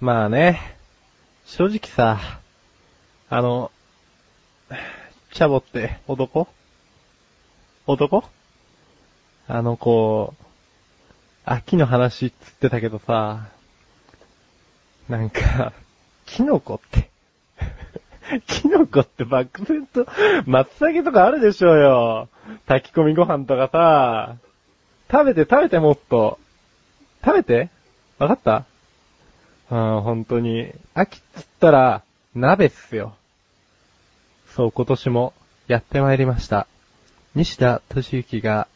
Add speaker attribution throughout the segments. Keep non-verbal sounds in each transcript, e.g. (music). Speaker 1: まあね、正直さ、あの、チャボって男男あの子、秋の話っつってたけどさ、なんか、キノコって。 (laughs) キノコって漠然と、松茸とかあるでしょうよ。炊き込みご飯とかさ、食べて食べてもっと。食べてわかったうん、本当に。秋っつったら、鍋っすよ。そう、今年も、やってまいりました。西田敏行が、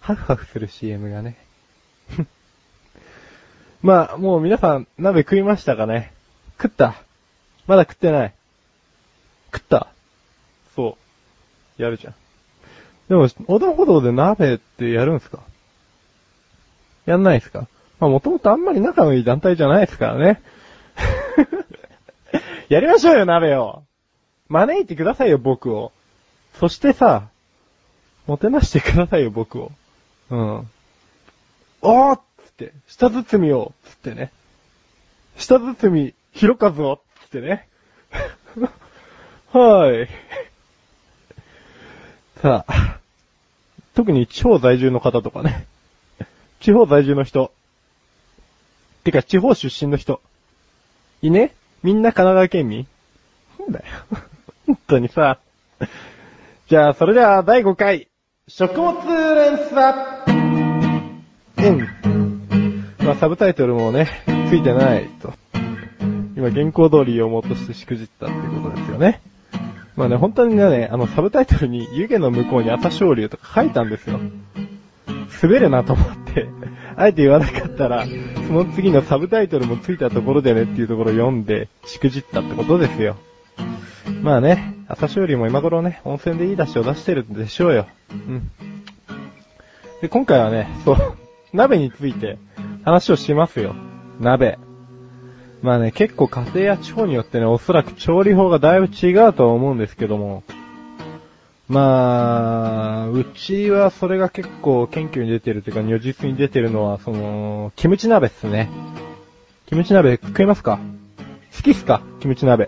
Speaker 1: ハフハフする CM がね。 (laughs) まあ、もう皆さん、鍋食いましたかね食ったまだ食ってない食ったそう。やるじゃん。でも、男道で鍋ってやるんすかやんないですかまあもともとあんまり仲のいい団体じゃないですからね。 (laughs) やりましょうよ、鍋を。招いてくださいよ、僕を。そしてさ、もてなしてくださいよ、僕を。うん。おーっつって、舌包みを、つってね。舌包み、ひろかずを、つってね。 (laughs) はーい。さあ、特に地方在住の方とかね。地方在住の人。てか、地方出身の人。いねみんな神奈川県民なんだよ。 (laughs) 本当にさ。じゃあ、それでは第5回、食物連鎖うん。まあ、サブタイトルもね、ついてないと。今、原稿通り読もうとしてしくじったっていうことですよね。まあね、本当にね、あの、サブタイトルに湯気の向こうに朝青龍とか書いたんですよ。滑るなと思って、あえて言わなかったら、その次のサブタイトルもついたところでねっていうところを読んで、しくじったってことですよ。まあね、朝青龍も今頃ね、温泉でいい出汁を出してるんでしょうよ。うん。で、今回はね、そう、鍋について話をしますよ。鍋。まあね、結構家庭や地方によってね、おそらく調理法がだいぶ違うとは思うんですけども、まあ、うちはそれが結構研究に出てるというか、如実に出てるのは、その、キムチ鍋っすね。キムチ鍋食いますか好きっすかキムチ鍋。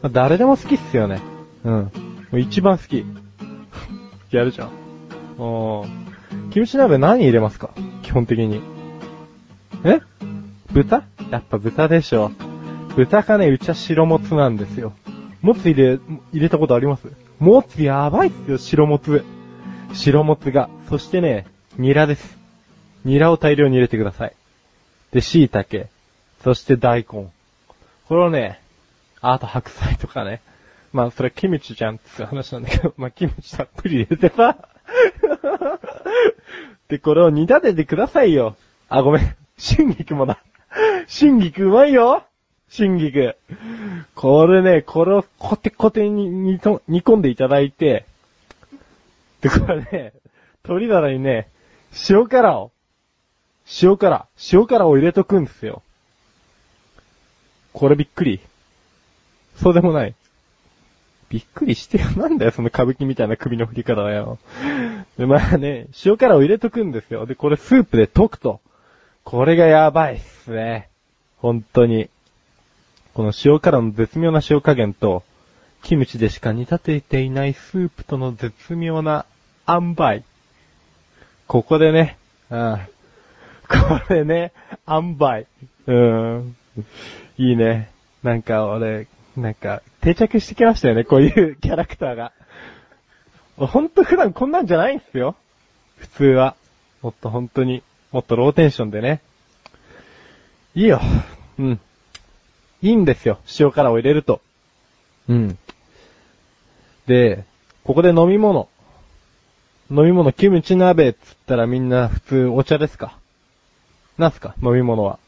Speaker 1: まあ誰でも好きっすよね。うん。もう一番好き。 (laughs) やるじゃん。おーキムチ鍋何入れますか基本的に。え豚やっぱ豚でしょ。豚かね、うちは白もつなんですよ。もつ入れ、入れたことありますもつやばいっすよ、白もつ。白もつが。そしてね、ニラです。ニラを大量に入れてください。で、椎茸。そして大根。これをね、あと白菜とかね。まあ、それはキムチじゃんって話なんだけど、 (laughs) まあ、キムチたっぷり入れてさ。 (laughs) で、これを煮立ててくださいよ。あ、ごめん。春菊もだ。春菊うまいよ春菊。これね、これをコテコテに煮と煮込んでいただいて、で、これね、鶏皿にね、塩辛を、塩辛、塩辛を入れとくんですよ。これびっくり。そうでもない。びっくりしてよ。 (laughs) なんだよ、その歌舞伎みたいな首の振り方はよ。で、まあね、塩辛を入れとくんですよ。で、これスープで溶くと。これがやばいっすね。本当に。この塩辛の絶妙な塩加減と、キムチでしか煮立てていないスープとの絶妙な塩梅。ここでね、うん。これね、塩梅。うん。いいね。なんか俺、なんか、定着してきましたよね、こういう (laughs) キャラクターが。ほんと普段こんなんじゃないんすよ。普通は。もっと本当に、もっとローテンションでね。いいよ。うん。いいんですよ。塩辛を入れると。うん。で、ここで飲み物。飲み物、キムチ鍋っつったらみんな普通お茶ですかなんすか飲み物は。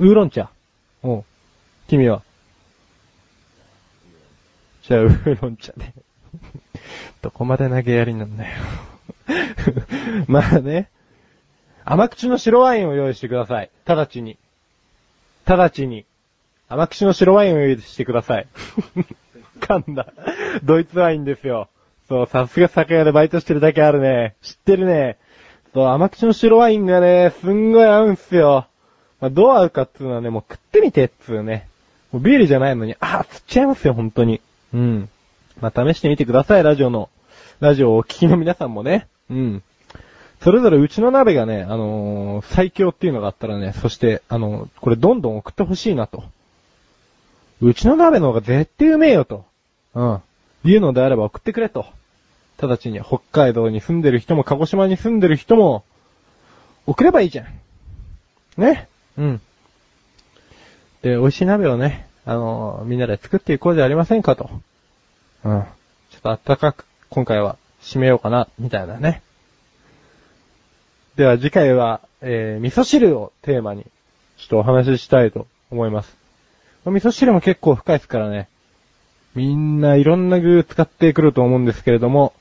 Speaker 1: ウーロン茶。うん。君は。じゃあ、ウーロン茶で。 (laughs) どこまで投げやりなんだよ。 (laughs) まあね。甘口の白ワインを用意してください。直ちに。直ちに。甘口の白ワインを用意してください。 (laughs) 噛んだ。ドイツワインですよ。そう、さすが酒屋でバイトしてるだけあるね。知ってるね。そう、甘口の白ワインがね、すんごい合うんすよ。まあ、どう合うかっつうのはね、もう食ってみてっつうね。もうビールじゃないのに、あー、つっちゃいますよ、本当に。うん。まあ、試してみてください、ラジオの。ラジオをお聞きの皆さんもね。うん。それぞれうちの鍋がね、あのー最強っていうのがあったらね、そして、あのーこれどんどん送ってほしいなと。うちの鍋の方が絶対うめえよと。うん。いうのであれば送ってくれと。直ちに北海道に住んでる人も鹿児島に住んでる人も、送ればいいじゃん。ね。うん。で、美味しい鍋をね、あのーみんなで作っていこうじゃありませんかと。うん。ちょっとあったかく、今回は締めようかな、みたいなね。では次回は、えー、味噌汁をテーマに、ちょっとお話ししたいと思います。まあ味噌汁も結構深いですからね。みんないろんな具使ってくると思うんですけれども、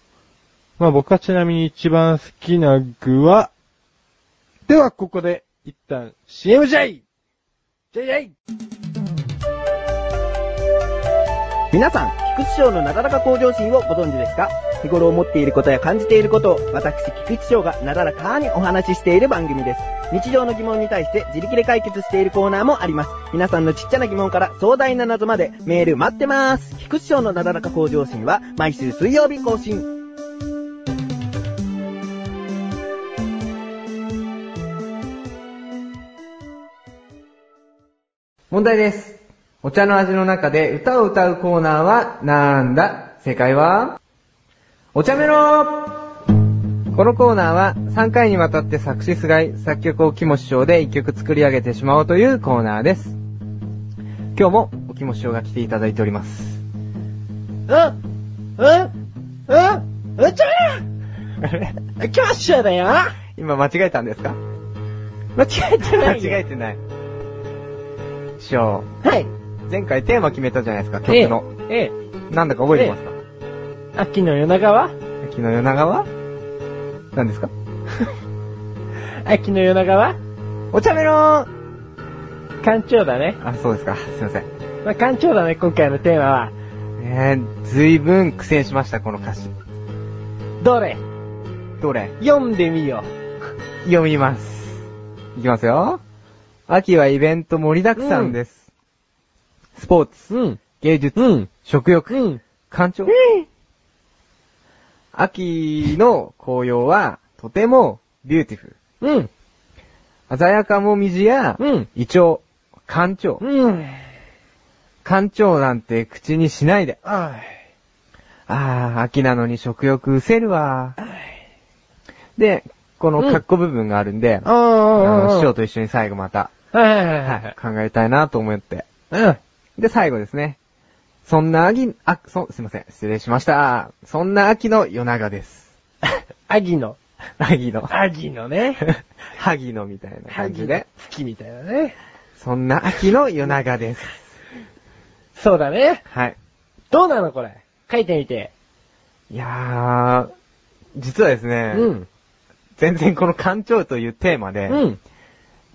Speaker 1: まあ僕はちなみに一番好きな具は、ではここで一旦 CM じゃいじゃいじゃい
Speaker 2: 皆さん、菊池賞のなだらか向上心をご存知ですか日頃思っていることや感じていることを、私、菊池賞がなだらかにお話ししている番組です。日常の疑問に対して自力で解決しているコーナーもあります。皆さんのちっちゃな疑問から壮大な謎までメール待ってます。菊池賞のなだらか向上心は毎週水曜日更新。
Speaker 3: 問題です。お茶の味の中で歌を歌うコーナーはなんだ正解はお茶メロこのコーナーは3回にわたって作詞すがい、作曲を肝師匠で1曲作り上げてしまおうというコーナーです。今日もお肝師匠が来ていただいておりま
Speaker 2: (laughs)
Speaker 3: す。
Speaker 2: うん、うん、うん、うちゃーキャッシュだよ
Speaker 3: 今間違えたんですか
Speaker 2: 間違えて
Speaker 3: 間
Speaker 2: ない
Speaker 3: 違えてない。師匠、
Speaker 2: はい。
Speaker 3: 前回テーマ決めたじゃないですか、曲の。
Speaker 1: ええ、
Speaker 3: なんだか覚えてますか
Speaker 1: 秋の夜長は
Speaker 3: 昨日夜長は何ですか
Speaker 1: 秋の夜長は
Speaker 3: お茶メロ
Speaker 1: 館長だね。
Speaker 3: あ、そうですか。すいません。
Speaker 1: まあ、館長だね、今回のテーマは。
Speaker 3: えー、ずいぶん苦戦しました、この歌詞。
Speaker 1: どれ
Speaker 3: どれ
Speaker 1: 読んでみよ
Speaker 3: 読みます。いきますよ。秋はイベント盛りだくさんです。スポーツ、
Speaker 1: う。うん。
Speaker 3: 芸術、
Speaker 1: うん。
Speaker 3: 食欲、
Speaker 1: うん。
Speaker 3: 干潮。秋の紅葉はとてもビューティフ
Speaker 1: うん。
Speaker 3: ル。鮮やかもみじや、
Speaker 1: うん。
Speaker 3: イチョウ、干潮。
Speaker 1: うん。
Speaker 3: 干潮なんて口にしないで。
Speaker 1: あ
Speaker 3: あー、秋なのに食欲うせるわ。で、このカッコ部分があるんで、
Speaker 1: あ
Speaker 3: あの、師
Speaker 1: あ
Speaker 3: 匠と一緒に最後また、
Speaker 1: あ。はいはいはい
Speaker 3: はい、考えたいなと思って。
Speaker 1: はい。
Speaker 3: で、最後ですね。そんな秋、あ、そ、すいません、失礼しました。そんな秋の夜長です。 (laughs)
Speaker 1: うん。アギの。
Speaker 3: 秋の、 (laughs)
Speaker 1: アギのね。
Speaker 3: 萩のみたいな
Speaker 1: (laughs) ア
Speaker 3: 感
Speaker 1: ギ
Speaker 3: じ
Speaker 1: の
Speaker 3: で
Speaker 1: 好。きみたいなね。
Speaker 3: そんな秋の夜長です。
Speaker 1: そうだね。
Speaker 3: はい。
Speaker 1: どうなのこれ。書いてみて。
Speaker 3: いやー、実はです
Speaker 1: う
Speaker 3: ね、
Speaker 1: ん。
Speaker 3: 全然この館長というテーマで、
Speaker 1: うん。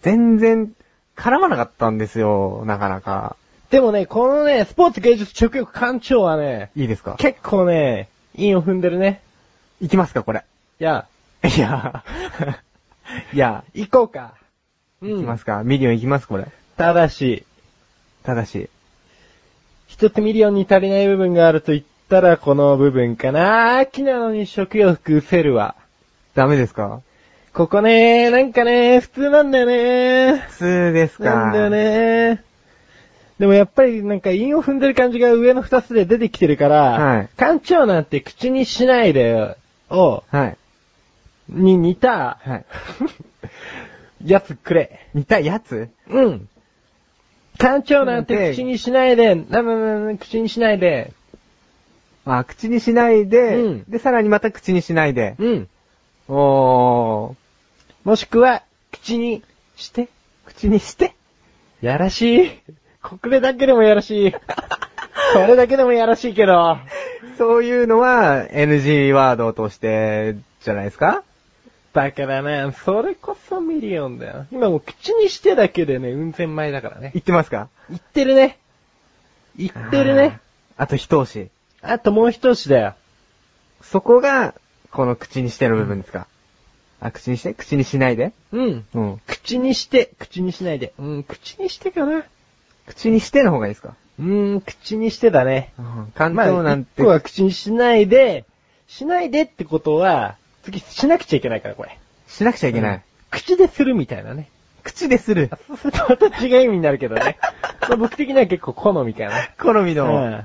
Speaker 3: 全然絡まなかったんですよ、なかなか。
Speaker 1: でもね、このね、スポーツ芸術食欲館長はね、
Speaker 3: いいですか
Speaker 1: 結構ね、韻を踏んでるね。
Speaker 3: いきますか、これ。 (laughs)
Speaker 1: いや、
Speaker 3: いやー。いや
Speaker 1: 行こうか。。
Speaker 3: ー。いきますすか。ミリオンいきます、これ。
Speaker 1: ただし、
Speaker 3: ただし。
Speaker 1: 一つミリオンに足りない部分があると言ったらこの部分かな。秋なのに食欲うせるわ。
Speaker 3: ダメですか
Speaker 1: ここね、なんかね、普通なんだよね。
Speaker 3: 普通ですか
Speaker 1: なんだよ。ね。でもやっぱりなんか韻を踏んでる感じが上の二つで出てきてるから、
Speaker 3: はい
Speaker 1: 館長なんて口にしないでを、
Speaker 3: はい。
Speaker 1: に似た、
Speaker 3: はい。
Speaker 1: (laughs) やつくれ。
Speaker 3: 似たやつ
Speaker 1: うん。館長なんて口にしないで、なななな口にしないで、
Speaker 3: あ、口にしないで、
Speaker 1: うん
Speaker 3: で、さらにまた口にしないで。
Speaker 1: うん。
Speaker 3: おー。
Speaker 1: もしくは、口にして、
Speaker 3: 口にして。
Speaker 1: やらし (laughs) い。国れだけでもやら (laughs) しい。それだけでもやらしいけど。
Speaker 3: そういうのは NG ワードとして、じゃないですか
Speaker 1: だからね、それこそミリオンだよ。今もう口にしてだけでね、運転前だからね。
Speaker 3: 言ってますか
Speaker 1: 言ってるね。言ってるね。。
Speaker 3: あーあと一押し。
Speaker 1: あともう一押しだよ。
Speaker 3: そこが、この口にしての部分ですか。あ、口にして口にしないで
Speaker 1: うん。
Speaker 3: うん。
Speaker 1: 口にして、口にしないで。うん、口にしてかな。
Speaker 3: 口にしての方がいいですか
Speaker 1: うーん、口にしてだね。
Speaker 3: うん。関東なんて。
Speaker 1: まあ一個は口にしないで、しないでってことは、次しなくちゃいけないから、これ。
Speaker 3: しなくちゃいけない。
Speaker 1: うん口でするみたいなね。
Speaker 3: 口でする。
Speaker 1: そうするとまた違う意味になるけど
Speaker 3: (laughs)
Speaker 1: ね。まあ僕的には結構好みかな。
Speaker 3: 好み
Speaker 1: う
Speaker 3: の、
Speaker 1: ん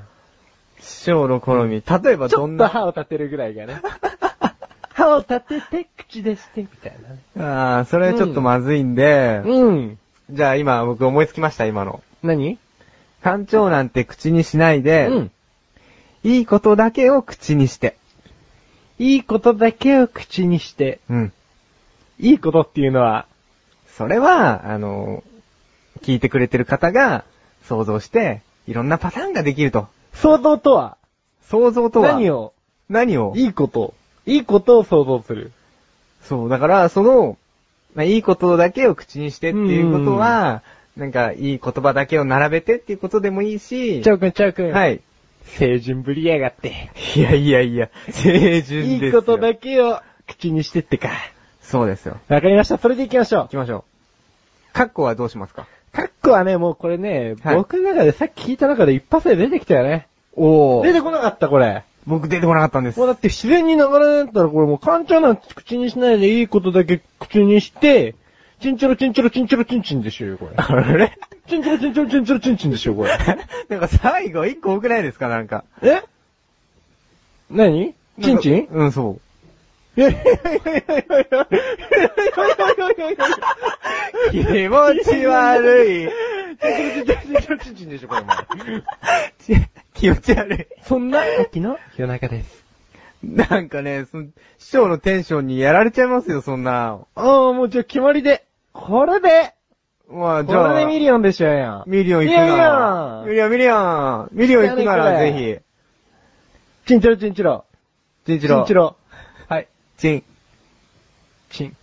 Speaker 3: 師匠の好み。例えば
Speaker 1: ち
Speaker 3: ど
Speaker 1: ょ
Speaker 3: ん
Speaker 1: っと
Speaker 3: な。
Speaker 1: 歯を立てるぐらいがね。歯を立てて、口でして、みたいなね。
Speaker 3: ああ、それはちょっとまずいんで、
Speaker 1: うん。
Speaker 3: じゃあ今僕思いつきました、今の。
Speaker 1: 何
Speaker 3: 官庁なんて口にしないで、
Speaker 1: うん。
Speaker 3: いいことだけを口にして。
Speaker 1: いいことだけを口にして、
Speaker 3: うん。
Speaker 1: いいことっていうのは、
Speaker 3: それは、あの、聞いてくれてる方が想像して、いろんなパターンができると。
Speaker 1: 想像とは、
Speaker 3: 想像とは、
Speaker 1: 何を、
Speaker 3: 何を
Speaker 1: いいこと、いいことを想像する。
Speaker 3: そう、だから、その、まあ、いいことだけを口にしてっていうことは、なんか、いい言葉だけを並べてっていうことでもいいし、
Speaker 1: ちゃうくん、ちゃうくん。。
Speaker 3: はいい。
Speaker 1: 成人ぶりやがって。
Speaker 3: いやいやいや、青春ですよ。
Speaker 1: いいことだけを口にしてってか。
Speaker 3: そうですよ。
Speaker 1: わかりました。それで行きましょ
Speaker 3: 行きましょう。カッコはどうしますか
Speaker 1: う。カッコはね、もうこれね、
Speaker 3: はい
Speaker 1: 僕の中でさっき聞いた中で一発で出てきたよね。
Speaker 3: お
Speaker 1: 出てこなかった、これ。
Speaker 3: 僕出てこなかったんです
Speaker 1: もう。だって自然に流れだったらこれもう簡単な口にしないでいいことだけ口にして、チンチロチンチロチンチロチンチンでしょうよ、これ。
Speaker 3: あれ
Speaker 1: チンチロチンチロチンチロチンチンでしょう、こ (laughs) れ。
Speaker 3: (laughs) なんか最後一個多くないですかなんか。
Speaker 1: え何チンチン
Speaker 3: うん、そう。
Speaker 1: いやいやいやいやいやいやいやいや
Speaker 3: 気持ち悪い。
Speaker 1: チンチロチンチロチンチンでしょ、これお前。
Speaker 3: (laughs) 気持ち悪
Speaker 1: そんな、さっきの夜中です。
Speaker 3: い。なんかね、その師匠のテンションにやられちゃいますよ、そんな。
Speaker 1: ああ、もうじゃあ決まりで。これで、
Speaker 3: まあ、
Speaker 1: こ
Speaker 3: じゃあ、
Speaker 1: れでミリオンでしょうやん。
Speaker 3: ミリオン行くなら。
Speaker 1: ミ
Speaker 3: ミリオン、ミリオン。ミリオン行くなら、
Speaker 1: ミリオン行く
Speaker 3: ぜ
Speaker 1: チンチロチンチロ。
Speaker 3: ひ。チン
Speaker 1: チ
Speaker 3: チロ。
Speaker 1: ンチ。ロ。はい。
Speaker 3: チン。
Speaker 1: チン。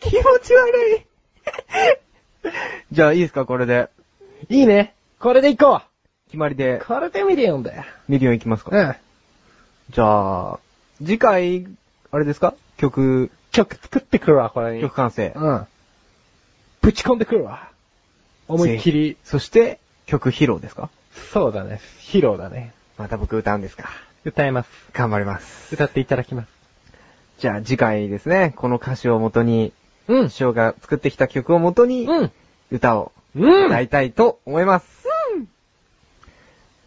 Speaker 3: 気持ち悪い。じゃあ、いいですか、これで。
Speaker 1: いいね。これで行こ
Speaker 3: 決まり
Speaker 1: う。
Speaker 3: で、
Speaker 1: これでミリオンだよ。
Speaker 3: ミリオン行きますか。
Speaker 1: うん。
Speaker 3: じゃあ、次回、あれですか曲、
Speaker 1: 曲作ってくるわ、これに
Speaker 3: 曲。完成。
Speaker 1: うん。ぶち込んでくるわ。思いっきり。
Speaker 3: そして、曲披露ですか
Speaker 1: そうだね。披露だね。
Speaker 3: また僕歌うんですか
Speaker 1: 歌います。
Speaker 3: 頑張ります。
Speaker 1: 歌っていただきます。
Speaker 3: じゃあ次回ですね、この歌詞を元に、
Speaker 1: うん。
Speaker 3: 師匠が作ってきた曲を元に、
Speaker 1: うん。
Speaker 3: 歌を
Speaker 1: うん。
Speaker 3: 歌いたいと思います。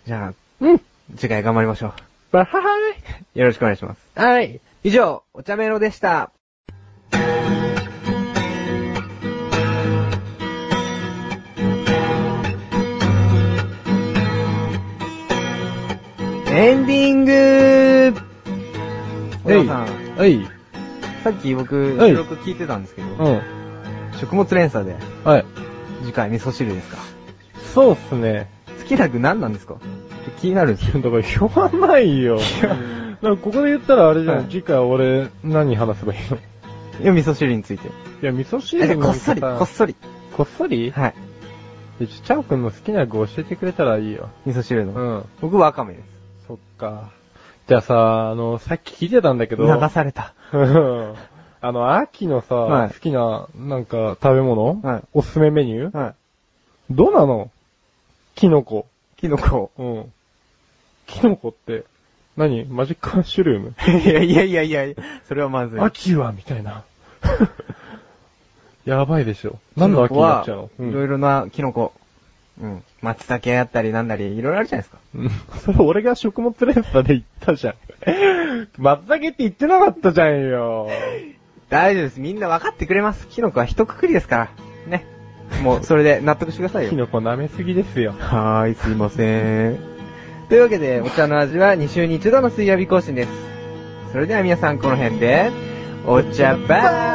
Speaker 3: じゃあ、
Speaker 1: うん。
Speaker 3: 次回頑張りましょ
Speaker 1: バハハイ。
Speaker 3: う。よろしくお願いします。
Speaker 1: はい。
Speaker 3: 以上、お茶メロでした。エンディングお
Speaker 1: えい。
Speaker 3: 嬢さん、
Speaker 1: えい。
Speaker 3: さっき僕、
Speaker 1: はい
Speaker 3: 収録聞いてたんですけど、
Speaker 1: うん。
Speaker 3: 食物連鎖で、
Speaker 1: はい。
Speaker 3: 次回味噌汁ですか。
Speaker 1: そうっすね。
Speaker 3: 好きな具何なんですか気になるんです
Speaker 1: だ
Speaker 3: よ。
Speaker 1: から言わないよ。なんかここで言ったらあれじゃん。
Speaker 3: はい
Speaker 1: 次回俺、何話せばいいのい
Speaker 3: いや、味噌汁について。
Speaker 1: や、味噌汁
Speaker 3: え
Speaker 1: なん
Speaker 3: こ
Speaker 1: か
Speaker 3: っそ
Speaker 1: さ
Speaker 3: り、こっそり。
Speaker 1: こっそり
Speaker 3: はい。
Speaker 1: でちょチャオくんの好きな具教えてくれたらいいよ。
Speaker 3: 味噌汁
Speaker 1: う
Speaker 3: の。
Speaker 1: ん。
Speaker 3: 僕ワカメです。
Speaker 1: そっか。じゃあさ、あの、さっき聞いてたんだけど、
Speaker 3: 流された。
Speaker 1: うん (laughs) あの、秋のさ、
Speaker 3: はい
Speaker 1: 好きな、なんか、食べ物、
Speaker 3: はい
Speaker 1: おすすめメニュー、
Speaker 3: はい。
Speaker 1: どうなのキノコ。
Speaker 3: キノコ。
Speaker 1: うん。キノコって、何マジックアッシュルーム
Speaker 3: いやいやいやいやそれはまずい。
Speaker 1: 秋はみたいな。 (laughs) やばいでしょ。何の秋になっちゃうの
Speaker 3: キノコはいろいろなキノコ。うん。松茸あったりなんだり、いろいろあるじゃないですか。
Speaker 1: うんそれ俺が食物連鎖で言ったじゃん。 (laughs) 松茸って言ってなかったじゃんよ。
Speaker 3: 大丈夫です。みんな分かってくれます。キノコは一括りですから。ね。もう、それで納得してください
Speaker 1: キ
Speaker 3: よ。
Speaker 1: ノコ舐めすぎですよ。
Speaker 3: はーい、すいません。というわけで、お茶の味は2週に1度の水曜日更新です。それでは皆さんこの辺で、お茶バー